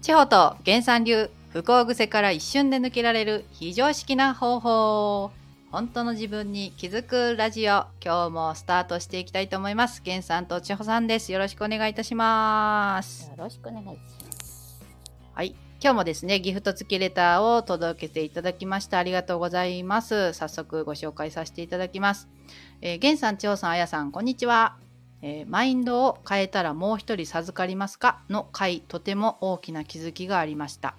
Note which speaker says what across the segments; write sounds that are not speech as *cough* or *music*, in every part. Speaker 1: 地方と原産流不幸癖から一瞬で抜けられる非常識な方法本当の自分に気づくラジオ今日もスタートしていきたいと思います原さんと千穂さんですよろしくお願いいたします
Speaker 2: よろしくお願いします。
Speaker 1: はい今日もですねギフト付きレターを届けていただきましたありがとうございます早速ご紹介させていただきます、えー、源さん千穂さんあやさんこんにちはえーマインドを変えたらもう一人授かりますかの回とても大きな気づきがありました、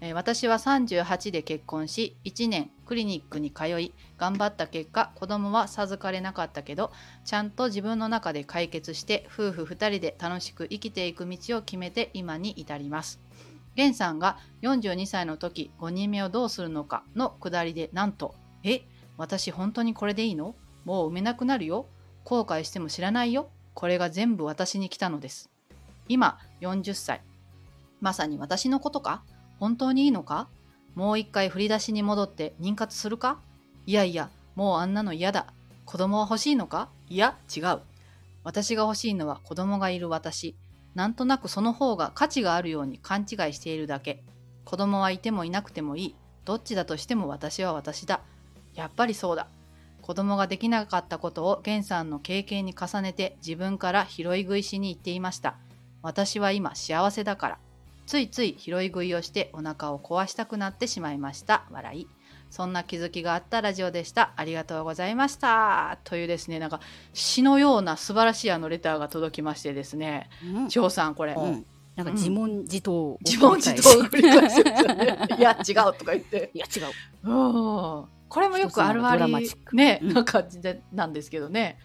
Speaker 1: えー私は38で結婚し1年クリニックに通い頑張った結果子供は授かれなかったけどちゃんと自分の中で解決して夫婦2人で楽しく生きていく道を決めて今に至りますゲンさんが42歳の時5人目をどうするのかのくだりでなんと「え私本当にこれでいいのもう産めなくなるよ後悔しても知らないよこれが全部私に来たのです今40歳まさに私のことか本当にいいのかもう一回振り出しに戻って妊活するかいやいやもうあんなの嫌だ子供は欲しいのかいや違う私が欲しいのは子供がいる私なんとなくその方が価値があるように勘違いしているだけ子供はいてもいなくてもいいどっちだとしても私は私だやっぱりそうだ子供ができなかったことを源さんの経験に重ねて自分から拾い食いしに行っていました私は今幸せだからついつい拾い食いをしてお腹を壊したくなってしまいました笑いそんな気づきがあったラジオでしたありがとうございましたというですねなんか詩のような素晴らしいあのレターが届きましてですね
Speaker 2: うん
Speaker 1: 千穂さんこれ、
Speaker 2: うん、なんか自問自答を
Speaker 1: 自問自答を繰り返してるんですよね
Speaker 2: *laughs*
Speaker 1: いや違うとか言って
Speaker 2: いや違う。
Speaker 1: うんこれもよくあるあ
Speaker 2: 一つのドラマ
Speaker 1: り
Speaker 2: チック
Speaker 1: ね、
Speaker 2: うん
Speaker 1: な感じでなんですけどね、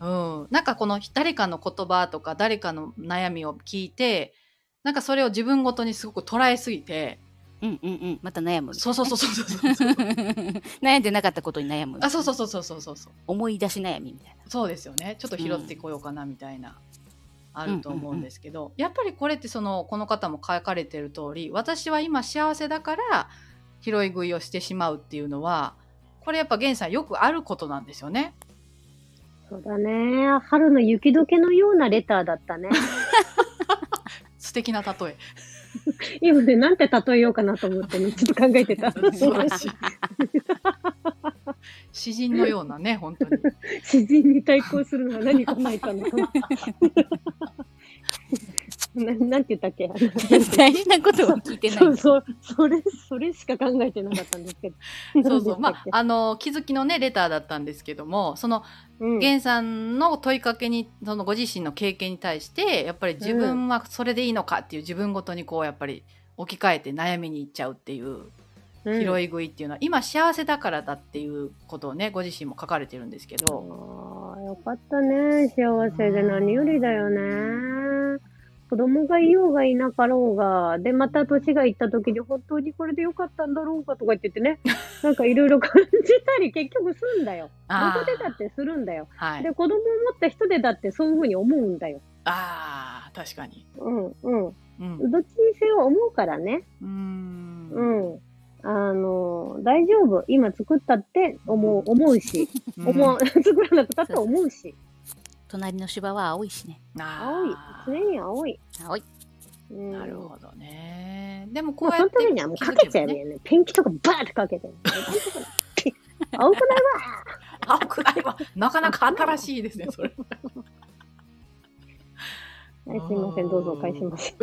Speaker 2: うん
Speaker 1: うんなんかこの誰かの言葉とか誰かの悩みを聞いてなんかそれを自分ごとにすごく捉えすぎて
Speaker 2: うんうんうん。また悩む。
Speaker 1: そうそうそうそうそうそう
Speaker 2: 悩んでなかったことに悩む。
Speaker 1: あそうそうそうそうそうそうそう
Speaker 2: 思い出し悩みみたいな。
Speaker 1: そうですよねちょっと拾ってこようかなみたいな、あると思うんですけど、やっぱりこれってそのこの方も書かれてる通り私は今幸せだから拾い食いをしてしまうっていうのはこれやっぱ源さんよくあることなんですよね。
Speaker 3: そうだね。春の雪解けのようなレターだっ
Speaker 1: *laughs*
Speaker 3: たね。
Speaker 1: 素敵な例え。
Speaker 3: 今ね、なんて例えようかなと思ってね、ちょっと考え
Speaker 1: *laughs*
Speaker 3: てた。
Speaker 1: 素晴らしい。詩人のようなね、本当に。
Speaker 3: 自然に対抗するのは何考えたのかな。 *laughs* ななんて言った
Speaker 1: *laughs*
Speaker 3: っけ
Speaker 2: 大事なことを聞いてない。
Speaker 3: そうそう、それ、それしか考えてなかったんですけど。
Speaker 1: そうそう。まあ、
Speaker 3: あ、
Speaker 1: あの、気づきのね、レターだったんですけども、その、
Speaker 3: うん、
Speaker 1: 源さんの問いかけに、そのご自身の経験に対して、やっぱり自分はそれでいいのかっていう自分ごとにこう、やっぱり置き換えて悩みに行っちゃうっていう、拾
Speaker 3: い。
Speaker 1: い食いっていうのは、今幸せだからだっていうことをね、ご自身も書かれてるんですけ
Speaker 3: あ
Speaker 1: ど、
Speaker 3: ーよかったね。幸せで何よりだよね。子供がいようがいなかろうが、で、また年がいった時に本当にこれでよかったんだろうかとか言ってて *laughs* ね、なんかいろいろ感じたり結局すんだよ。ど
Speaker 1: あ
Speaker 3: こでだってするんだよ。
Speaker 1: あ、はい。
Speaker 3: で、子供を持った人でだってそういうふうに思うんだよ。
Speaker 1: ああ、確かに。
Speaker 3: うん、うん。
Speaker 1: うん。
Speaker 3: どっちにせよ思うからね。
Speaker 1: うーん
Speaker 3: うん。あの、大丈夫。今作ったって思う、思うし。
Speaker 1: うん
Speaker 3: 思 *laughs* う、作らなくたって思うし。
Speaker 2: 隣の芝は青いしね。
Speaker 3: 青い
Speaker 1: あ。ー
Speaker 3: 常に青い。
Speaker 2: 青い。
Speaker 3: うん
Speaker 1: なるほどね。でもこ
Speaker 3: も
Speaker 1: う
Speaker 3: う
Speaker 1: や
Speaker 3: そ
Speaker 1: っ
Speaker 3: の
Speaker 1: て
Speaker 3: ためにはもうかけちゃえばいいよね。ペンキとかバーってかけて。 *laughs* ペンキとか青くない
Speaker 1: 青
Speaker 3: わ *laughs*
Speaker 1: くないわ。なかなか新しいですね、それ。
Speaker 3: はい、すいません、どうぞお返します。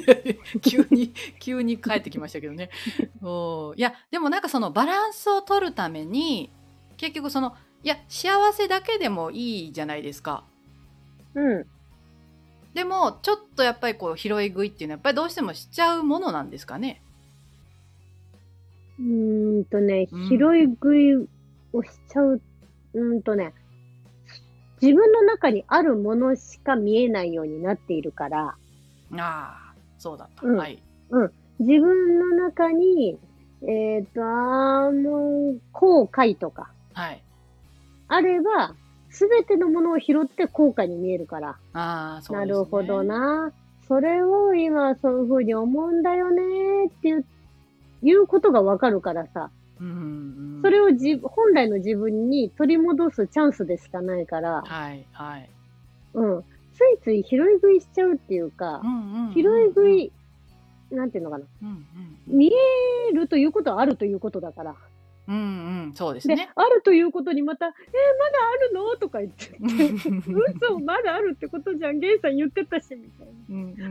Speaker 1: *laughs* 急に、急に帰ってきましたけどね。 *laughs* おーいや、でもなんかそのバランスを取るために、結局その、いや、幸せだけでもいいじゃないですか。
Speaker 3: うん。
Speaker 1: でも、ちょっとやっぱりこう、拾い食いっていうのは、やっぱりどうしてもしちゃうものなんですかね。
Speaker 3: うーんとね
Speaker 1: うん、
Speaker 3: 拾い食いをしちゃう、うーんとね、自分の中にあるものしか見えないようになっているから、
Speaker 1: ああ、そうだった。
Speaker 3: うん
Speaker 1: はい。
Speaker 3: 自分の中に、えっ、と、あーもう、後悔とか、
Speaker 1: はい。
Speaker 3: あれば、すべてのものを拾って後悔に見えるから、
Speaker 1: ああ、そう
Speaker 3: な
Speaker 1: ですね。
Speaker 3: るほど。な。それを今そういうふうに思うんだよねっていう、いうことがわかるからさ、
Speaker 1: うんうん、うん。
Speaker 3: それをじ本来の自分に取り戻すチャンスでしかないから、
Speaker 1: はい、はい。
Speaker 3: うん。ついつい拾い食いしちゃうっていうか
Speaker 1: う、んうんうんうん
Speaker 3: 拾い食いなんていうのかな。
Speaker 1: うんうん
Speaker 3: 見えるということはあるということだから。
Speaker 1: うんうん、そうです
Speaker 3: で、
Speaker 1: ね。
Speaker 3: あるということにまた、えー、まだあるのとか言って。
Speaker 1: うん
Speaker 3: 嘘、まだあるってことじゃん。ゲイさん言ってたし、みたいな。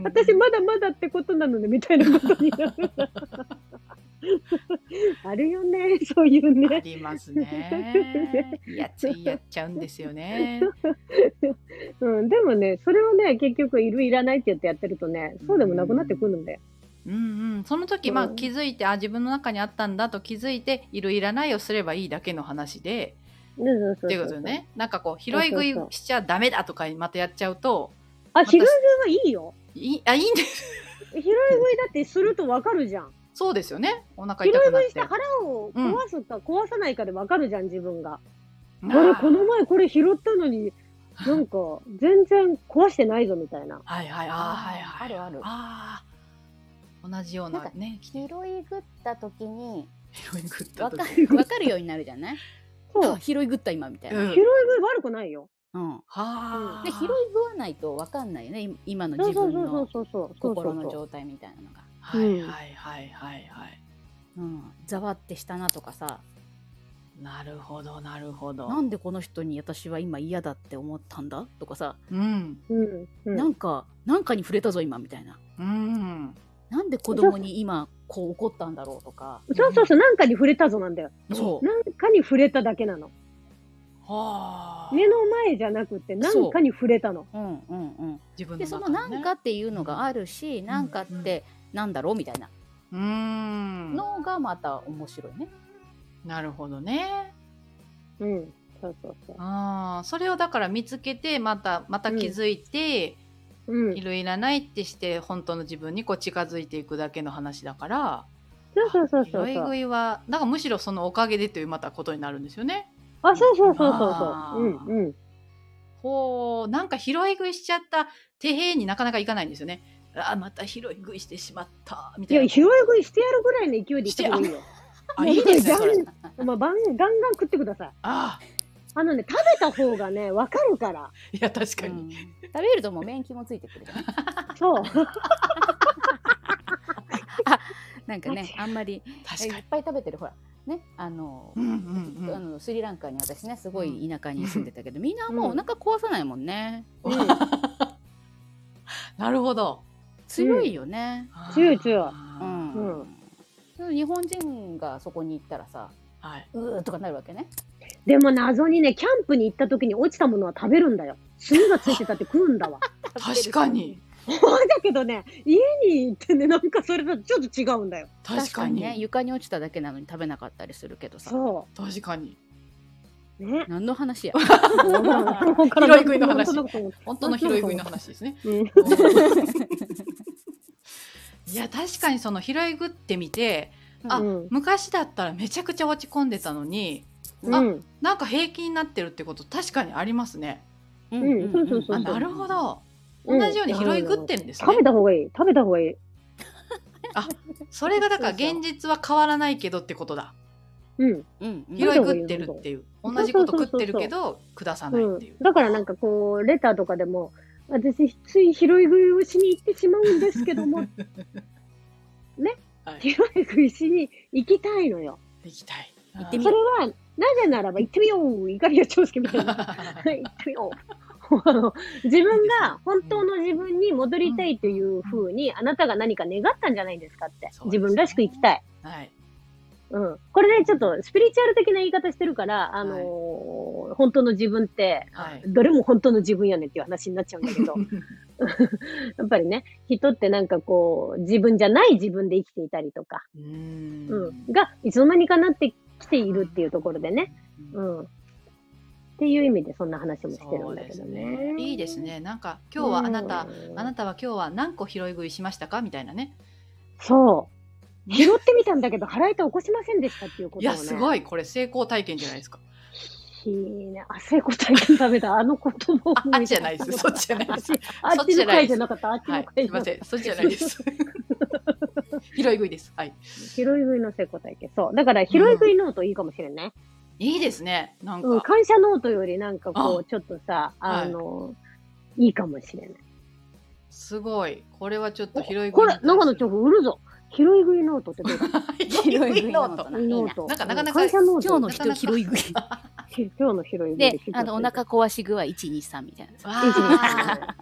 Speaker 1: うん
Speaker 3: *laughs* 私まだまだってことなのねみたいなことになる。あるよね、そういう
Speaker 1: あ
Speaker 3: ね。
Speaker 1: りますね。やっちゃいやっちゃうんですよね。
Speaker 3: うん、でもね、それをね、結局いるいらないって言ってやってるとね、そうでもなくなってくるんだよ。
Speaker 1: うんうん、その時、まあ、
Speaker 3: うん
Speaker 1: 気づいてあ自分の中にあったんだと気づいているいらないをすればいいだけの話で
Speaker 3: ねそうそうそう
Speaker 1: っていうことよ。ねなんかこう拾い食いしちゃダメだとかまたやっちゃうと
Speaker 3: あ、拾い食いはいいよ。
Speaker 1: いいあいいんです
Speaker 3: 拾い食いだってするとわかるじゃん。
Speaker 1: そうですよねお腹
Speaker 3: 拾い
Speaker 1: 痛くなっ
Speaker 3: 食
Speaker 1: て
Speaker 3: いして腹を壊すか壊さないかでわかるじゃん、自分が。
Speaker 1: あ
Speaker 3: あれ、
Speaker 1: ー
Speaker 3: この前これ拾ったのに、なんか、全然壊してないぞみたいな。
Speaker 1: はいはいあーはいはい
Speaker 2: あるある
Speaker 1: あー同じよう
Speaker 2: な
Speaker 1: なん
Speaker 2: か
Speaker 1: ね
Speaker 2: 拾い食った時に
Speaker 1: 拾い食った
Speaker 2: わか
Speaker 1: 時
Speaker 2: るわかるようになるじゃない
Speaker 3: そう
Speaker 2: あ。拾い食った今みたいな、
Speaker 1: う
Speaker 2: うん
Speaker 3: 拾い食い悪くないよ。
Speaker 2: ん、
Speaker 1: はあ
Speaker 2: で拾い食わないとわかんないよね今今の
Speaker 3: そ
Speaker 2: 自
Speaker 3: うそう
Speaker 2: 分
Speaker 3: そうそ
Speaker 2: の
Speaker 3: うそうそう。
Speaker 2: 心の状態みたいなのが
Speaker 1: はいはいはいはいはい
Speaker 2: うんざわってしたなとかさ
Speaker 1: なるほどなるほど
Speaker 2: なんでこの人に私は今嫌だって思ったんだとかさ、
Speaker 1: うん
Speaker 3: うん。うん
Speaker 2: なんかなんかに触れたぞ今みたいな
Speaker 1: うん
Speaker 2: なんで子供に今こう怒ったんだろうとか
Speaker 3: そうそうそう、なんかに触れたぞなんだよ。
Speaker 2: そう
Speaker 3: なんかに触れただけなの。
Speaker 1: はあ
Speaker 3: 目の前じゃなくて、なんかに触れたの。
Speaker 2: うんうんうん
Speaker 1: 自分
Speaker 2: で
Speaker 1: の
Speaker 2: その
Speaker 1: 中の
Speaker 2: な
Speaker 1: ね
Speaker 2: んかっていうのがあるし、なんかってなんだろうみたいな
Speaker 1: うーん
Speaker 2: のがまた面白いね。
Speaker 1: なるほどね
Speaker 3: うん。そうそうそう。
Speaker 1: あーそれをだから見つけてまたまた気づいて、
Speaker 3: うん
Speaker 1: い。るいらないってして本当の自分にこう近づいていくだけの話だから
Speaker 3: そうそうそうそう
Speaker 1: 拾い
Speaker 3: そ
Speaker 1: 食
Speaker 3: う。
Speaker 1: いはなんかむしろそのおかげでというまたことになるんですよね。
Speaker 3: あ、そうそうそうそう
Speaker 1: あ
Speaker 3: そ
Speaker 1: ー
Speaker 3: う。うんうん。
Speaker 1: ほうなんか拾い食いしちゃった手平になかなかいかないんですよね。あーまた拾い食いしてしまったみ
Speaker 3: い
Speaker 1: たい
Speaker 3: や、
Speaker 1: な。
Speaker 3: 拾い食いしてやるぐらいの勢いでいってもいいよ。
Speaker 1: あいいですね
Speaker 3: も
Speaker 1: そうれ
Speaker 3: ね。まあ、ばんガンガン食ってください。
Speaker 1: あ
Speaker 3: あのね、食べた方がね、わかるから。
Speaker 1: ーいや確か
Speaker 2: う
Speaker 1: に、
Speaker 2: ん食べるともう免疫もついてくるから
Speaker 1: *laughs*
Speaker 2: ね
Speaker 3: そう。
Speaker 2: なんかねあんまり
Speaker 1: 確
Speaker 2: い
Speaker 1: か
Speaker 2: っ
Speaker 1: に。
Speaker 2: ぱい食べてるほらねあの,、
Speaker 1: うんうんう
Speaker 2: あ
Speaker 1: ん。
Speaker 2: のスリランカに私ねすごい田舎に住んでたけど、みんなもうお腹壊さないもんね、
Speaker 3: うん
Speaker 1: なるほど。
Speaker 2: 強いよね。
Speaker 3: 強い強い
Speaker 2: うん日本人がそこに行ったらさ
Speaker 1: はい。
Speaker 2: うーとかなるわけね
Speaker 3: でも謎にね、キャンプに行った時に落ちたものは食べるんだよ。炭がついてたって食うんだわ。
Speaker 1: 確かに
Speaker 3: だけどね、家に行ってね、なんかそれとちょっと違うんだよ。
Speaker 1: 確かに
Speaker 2: ね床に落ちただけなのに食べなかったりするけどさ
Speaker 3: そ
Speaker 1: 確かに
Speaker 3: う。ね。
Speaker 2: 何の話や
Speaker 1: *laughs* 拾
Speaker 3: 拾
Speaker 1: い食いの話本当の拾い食いの話ですね。 *laughs* いや確かにその拾い食ってみてあ
Speaker 3: うん
Speaker 1: 昔だったらめちゃくちゃ落ち込んでたのに
Speaker 3: うんうん
Speaker 1: なんか平気になってるってこと確かにありますね。
Speaker 2: う
Speaker 3: うんそうそうそう
Speaker 1: あ
Speaker 3: そう
Speaker 1: なるほど
Speaker 3: う
Speaker 1: 同
Speaker 3: ん
Speaker 1: じように拾い食ってるんです
Speaker 3: 食べ
Speaker 1: ね。
Speaker 3: た方がいい食べた方がいい
Speaker 1: それがだから現実は変わらないけどってことだ。
Speaker 3: うん、
Speaker 2: うんうん
Speaker 1: 拾い食ってるっていう
Speaker 3: そう
Speaker 1: 同じこと食ってるけど下さないうってい
Speaker 3: ん
Speaker 1: う。、
Speaker 3: だからなんかこうレターとかでも私つい拾い食いをしに行ってしまうんですけ
Speaker 1: *laughs*
Speaker 3: ども
Speaker 1: はい
Speaker 3: 拾い食いしに行きたいのよ
Speaker 1: 行きたい。
Speaker 2: 行って
Speaker 3: そ
Speaker 2: み
Speaker 3: れ
Speaker 2: よ
Speaker 3: はなぜならば行ってみよういかりや長介みたい *laughs* な
Speaker 1: は
Speaker 3: 行ってみようあの自分が本当の自分に戻りたいというふうにあなたが何か願ったんじゃないんですかって
Speaker 1: そうですね
Speaker 3: 自分らしく生きたい
Speaker 1: い。
Speaker 3: うん、これね、ちょっとスピリチュアル的な言い方してるから、あのー本当の自分って、
Speaker 1: はい
Speaker 3: どれも本当の自分やねんっていう話になっちゃうんだ
Speaker 1: *laughs*
Speaker 3: けど、やっぱりね、人ってなんかこう、自分じゃない自分で生きていたりとか、
Speaker 1: うーん
Speaker 3: うん、が、いつの間にかなってきているっていうところでね、うん。っていう意味でそんな話もしてる
Speaker 1: そ
Speaker 3: ん
Speaker 1: う
Speaker 3: だ
Speaker 1: で
Speaker 3: け
Speaker 1: す
Speaker 3: ど
Speaker 1: ね
Speaker 3: ね。。
Speaker 1: いいです。ね。なんか今日はあなた、
Speaker 3: うん
Speaker 1: あなたは今日は何個拾い食いしましたかみたいなね。
Speaker 3: そう。拾ってみたんだけど、腹痛起こしませんでしたっていうこ
Speaker 1: い
Speaker 3: とを
Speaker 1: や
Speaker 3: ね。
Speaker 1: すごいこれ成功体験じゃないですか。
Speaker 3: いいね。あ、成功体験食べた。あの言葉を
Speaker 1: ああっちじゃない
Speaker 3: *laughs*
Speaker 1: です。そっちじゃない
Speaker 3: あっ
Speaker 1: です
Speaker 3: ち。あっちの回じゃなかった。あっち
Speaker 1: は
Speaker 3: の
Speaker 1: い。すい
Speaker 3: 回じゃな
Speaker 1: ま
Speaker 3: か
Speaker 1: せ
Speaker 3: っ
Speaker 1: ん。そっちじゃないです。拾い食いです。はい。
Speaker 3: た。拾い食いの成功体験。そう。だから、拾い食いノートいいかもしれない。
Speaker 1: いいですね。なん
Speaker 3: うん。
Speaker 1: か
Speaker 3: 感謝ノートよりなんかこ
Speaker 1: あ
Speaker 3: う、ちょっとさ、
Speaker 1: はい
Speaker 3: あの、いいかもしれない。
Speaker 1: すごい。これはちょっと拾い
Speaker 3: ほら、長野調布売るぞ。拾い食いノートって出た。
Speaker 1: 拾い食 *laughs* いノート。
Speaker 2: いいな
Speaker 3: ノート。
Speaker 1: なんかなかなか
Speaker 3: 会社ノー
Speaker 2: 今日
Speaker 3: ト。
Speaker 2: の人拾い食い。
Speaker 3: 今日の拾い食い
Speaker 2: で
Speaker 3: 拾い、
Speaker 2: あの、お腹壊し具合123みたいな。
Speaker 1: わ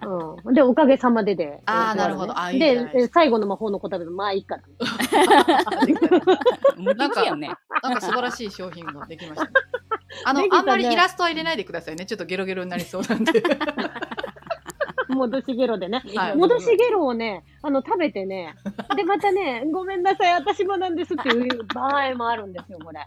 Speaker 1: ー
Speaker 3: うん。で、おかげさまでで。
Speaker 1: あー
Speaker 3: うん
Speaker 1: なるほどあーいいじゃない
Speaker 3: で、え最後の魔法の子食べるまあいいから。
Speaker 2: ムキムキやんね。
Speaker 1: なんか素晴らしい商品ができましたね。あの、
Speaker 3: できたね
Speaker 1: あんまりイラストは入れないでくださいね。ちょっとゲロゲロになりそうなんで。
Speaker 3: 戻しゲロで
Speaker 1: *laughs*
Speaker 3: ね。
Speaker 1: はい
Speaker 3: 戻しゲロをね、あの、食べてね。で、またね、ごめんなさい、私もなんですっていう場合もあるんですよ、これ。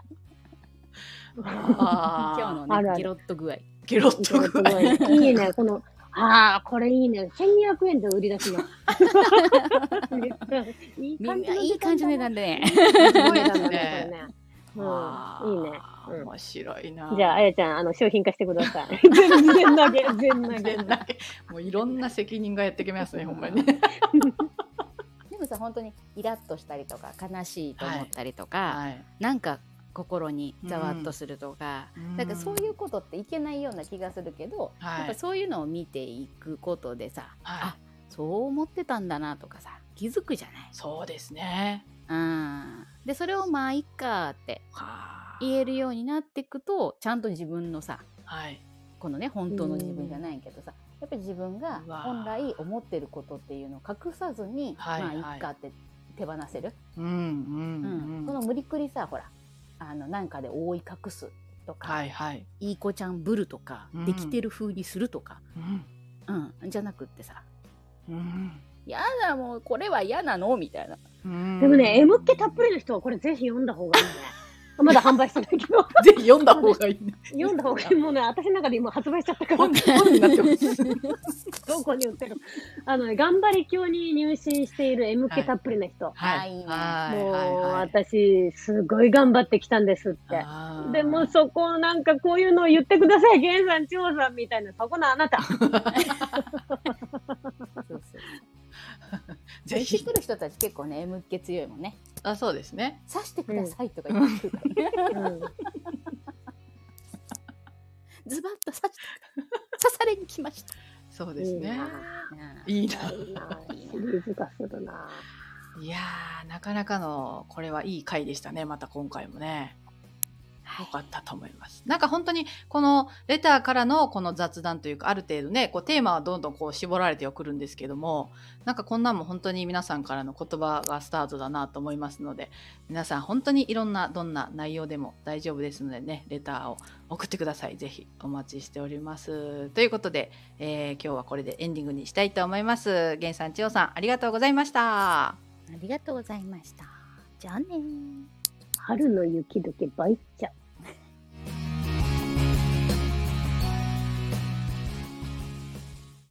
Speaker 1: あー
Speaker 2: 今日
Speaker 3: あ
Speaker 2: の
Speaker 3: るあ
Speaker 2: ね、
Speaker 3: る
Speaker 2: ゲロッと具合。
Speaker 1: ゲロっ
Speaker 3: *laughs*
Speaker 1: と具合。
Speaker 3: いいね、この、ああ、これいいね。1200円で売り出します。いい
Speaker 2: みんないい感じの値段でね。
Speaker 3: すご
Speaker 1: ごい
Speaker 3: い
Speaker 1: で
Speaker 3: だ
Speaker 1: すね
Speaker 3: ね、これね。うん、いいね。
Speaker 1: あ
Speaker 3: う
Speaker 1: ー
Speaker 3: ん
Speaker 1: 面白いな。
Speaker 3: じゃあ、あやちゃん、あの、商品化してくださ
Speaker 1: *laughs*
Speaker 3: い。全然投げ、全投げ。
Speaker 1: 全然もういろんな責任がやってきますね、ほんまにね。
Speaker 2: でもさ、本当にイラッとしたりとか、悲しいと思ったりとか、
Speaker 1: はい。
Speaker 2: なんか心にざわっとするとか、なんかそういううことっていけないような気がするけど、
Speaker 1: ん。は
Speaker 2: やっぱ
Speaker 1: い。
Speaker 2: そういうのを見ていくことでさ、
Speaker 1: はい
Speaker 2: あそう思ってたんだなとかさ気づくじゃない。
Speaker 1: そうですね。
Speaker 2: うん、でそれをまあいっかって
Speaker 1: はー
Speaker 2: 言えるようになっていくとちゃんと自分のさ
Speaker 1: はい。
Speaker 2: このね本当の自分じゃないけどさやっぱり自分が
Speaker 1: うわ
Speaker 2: 本来思ってることっていうのを隠さずに、
Speaker 1: はい
Speaker 2: まあいっかって手放せる、
Speaker 1: うんう
Speaker 2: うん
Speaker 1: ん
Speaker 2: そ
Speaker 1: うん。
Speaker 2: の無理くりさほらあのなんかで覆い隠すとか、、
Speaker 1: はいいはい。
Speaker 2: い子ちゃんぶるとか、
Speaker 1: うん
Speaker 2: できてる風にするとか、
Speaker 1: うん
Speaker 2: うん、じゃなくってさ
Speaker 1: うん
Speaker 2: 嫌だもうこれは嫌なのみたいな
Speaker 1: うん
Speaker 3: でもね、M っ気たっぷりの人はこれぜひ読んだ方がい
Speaker 1: *laughs*
Speaker 3: いね。まだ販売してないけど、
Speaker 1: ぜひ読んだ方がいいね。
Speaker 3: 読んだ方がいい。もうね、私の中で今発売しちゃっ
Speaker 1: *laughs*
Speaker 3: たから
Speaker 1: 本、本になってます。
Speaker 3: どこに売ってる。あのね、頑張り教に入信している M っ気たっぷりの人。
Speaker 2: はい
Speaker 1: *laughs* はい
Speaker 3: もう、
Speaker 1: はいはい。
Speaker 3: 私、すごい頑張ってきたんですって。
Speaker 1: あー
Speaker 3: でも、そこをなんかこういうのを言ってください、源さん、千穂さんみたいな、そこのあな
Speaker 1: *laughs*
Speaker 3: た。
Speaker 2: そうそう
Speaker 1: ぜ
Speaker 2: 言って
Speaker 1: ひ
Speaker 2: く。る人たち結構ね M っ気強いもんね
Speaker 1: あ、そうですね。
Speaker 2: 刺してくださいとか言ってくるからね、
Speaker 3: うん
Speaker 2: ズバッと刺して刺されに来ました
Speaker 1: そうです
Speaker 3: いい
Speaker 1: ね。
Speaker 3: ない
Speaker 1: いな。
Speaker 3: いいないいシリーズ化するな。
Speaker 1: いやー、なかなかの、これはいい回でしたね。また今回もね。よかったと思います。なんか本当にこのレターからのこの雑談というかある程度ねこうテーマはどんどんこう絞られてはくるんですけどもなんかこんなんも本当に皆さんからの言葉がスタートだなと思いますので皆さん本当にいろんなどんな内容でも大丈夫ですのでねレターを送ってください。ぜひお待ちしております。ということで、えー今日はこれでエンディングにしたいと思います。源さん千代さんありがとうございました。
Speaker 2: ありがとうございましたじゃあねー
Speaker 3: 春の雪解けばいっちゃう。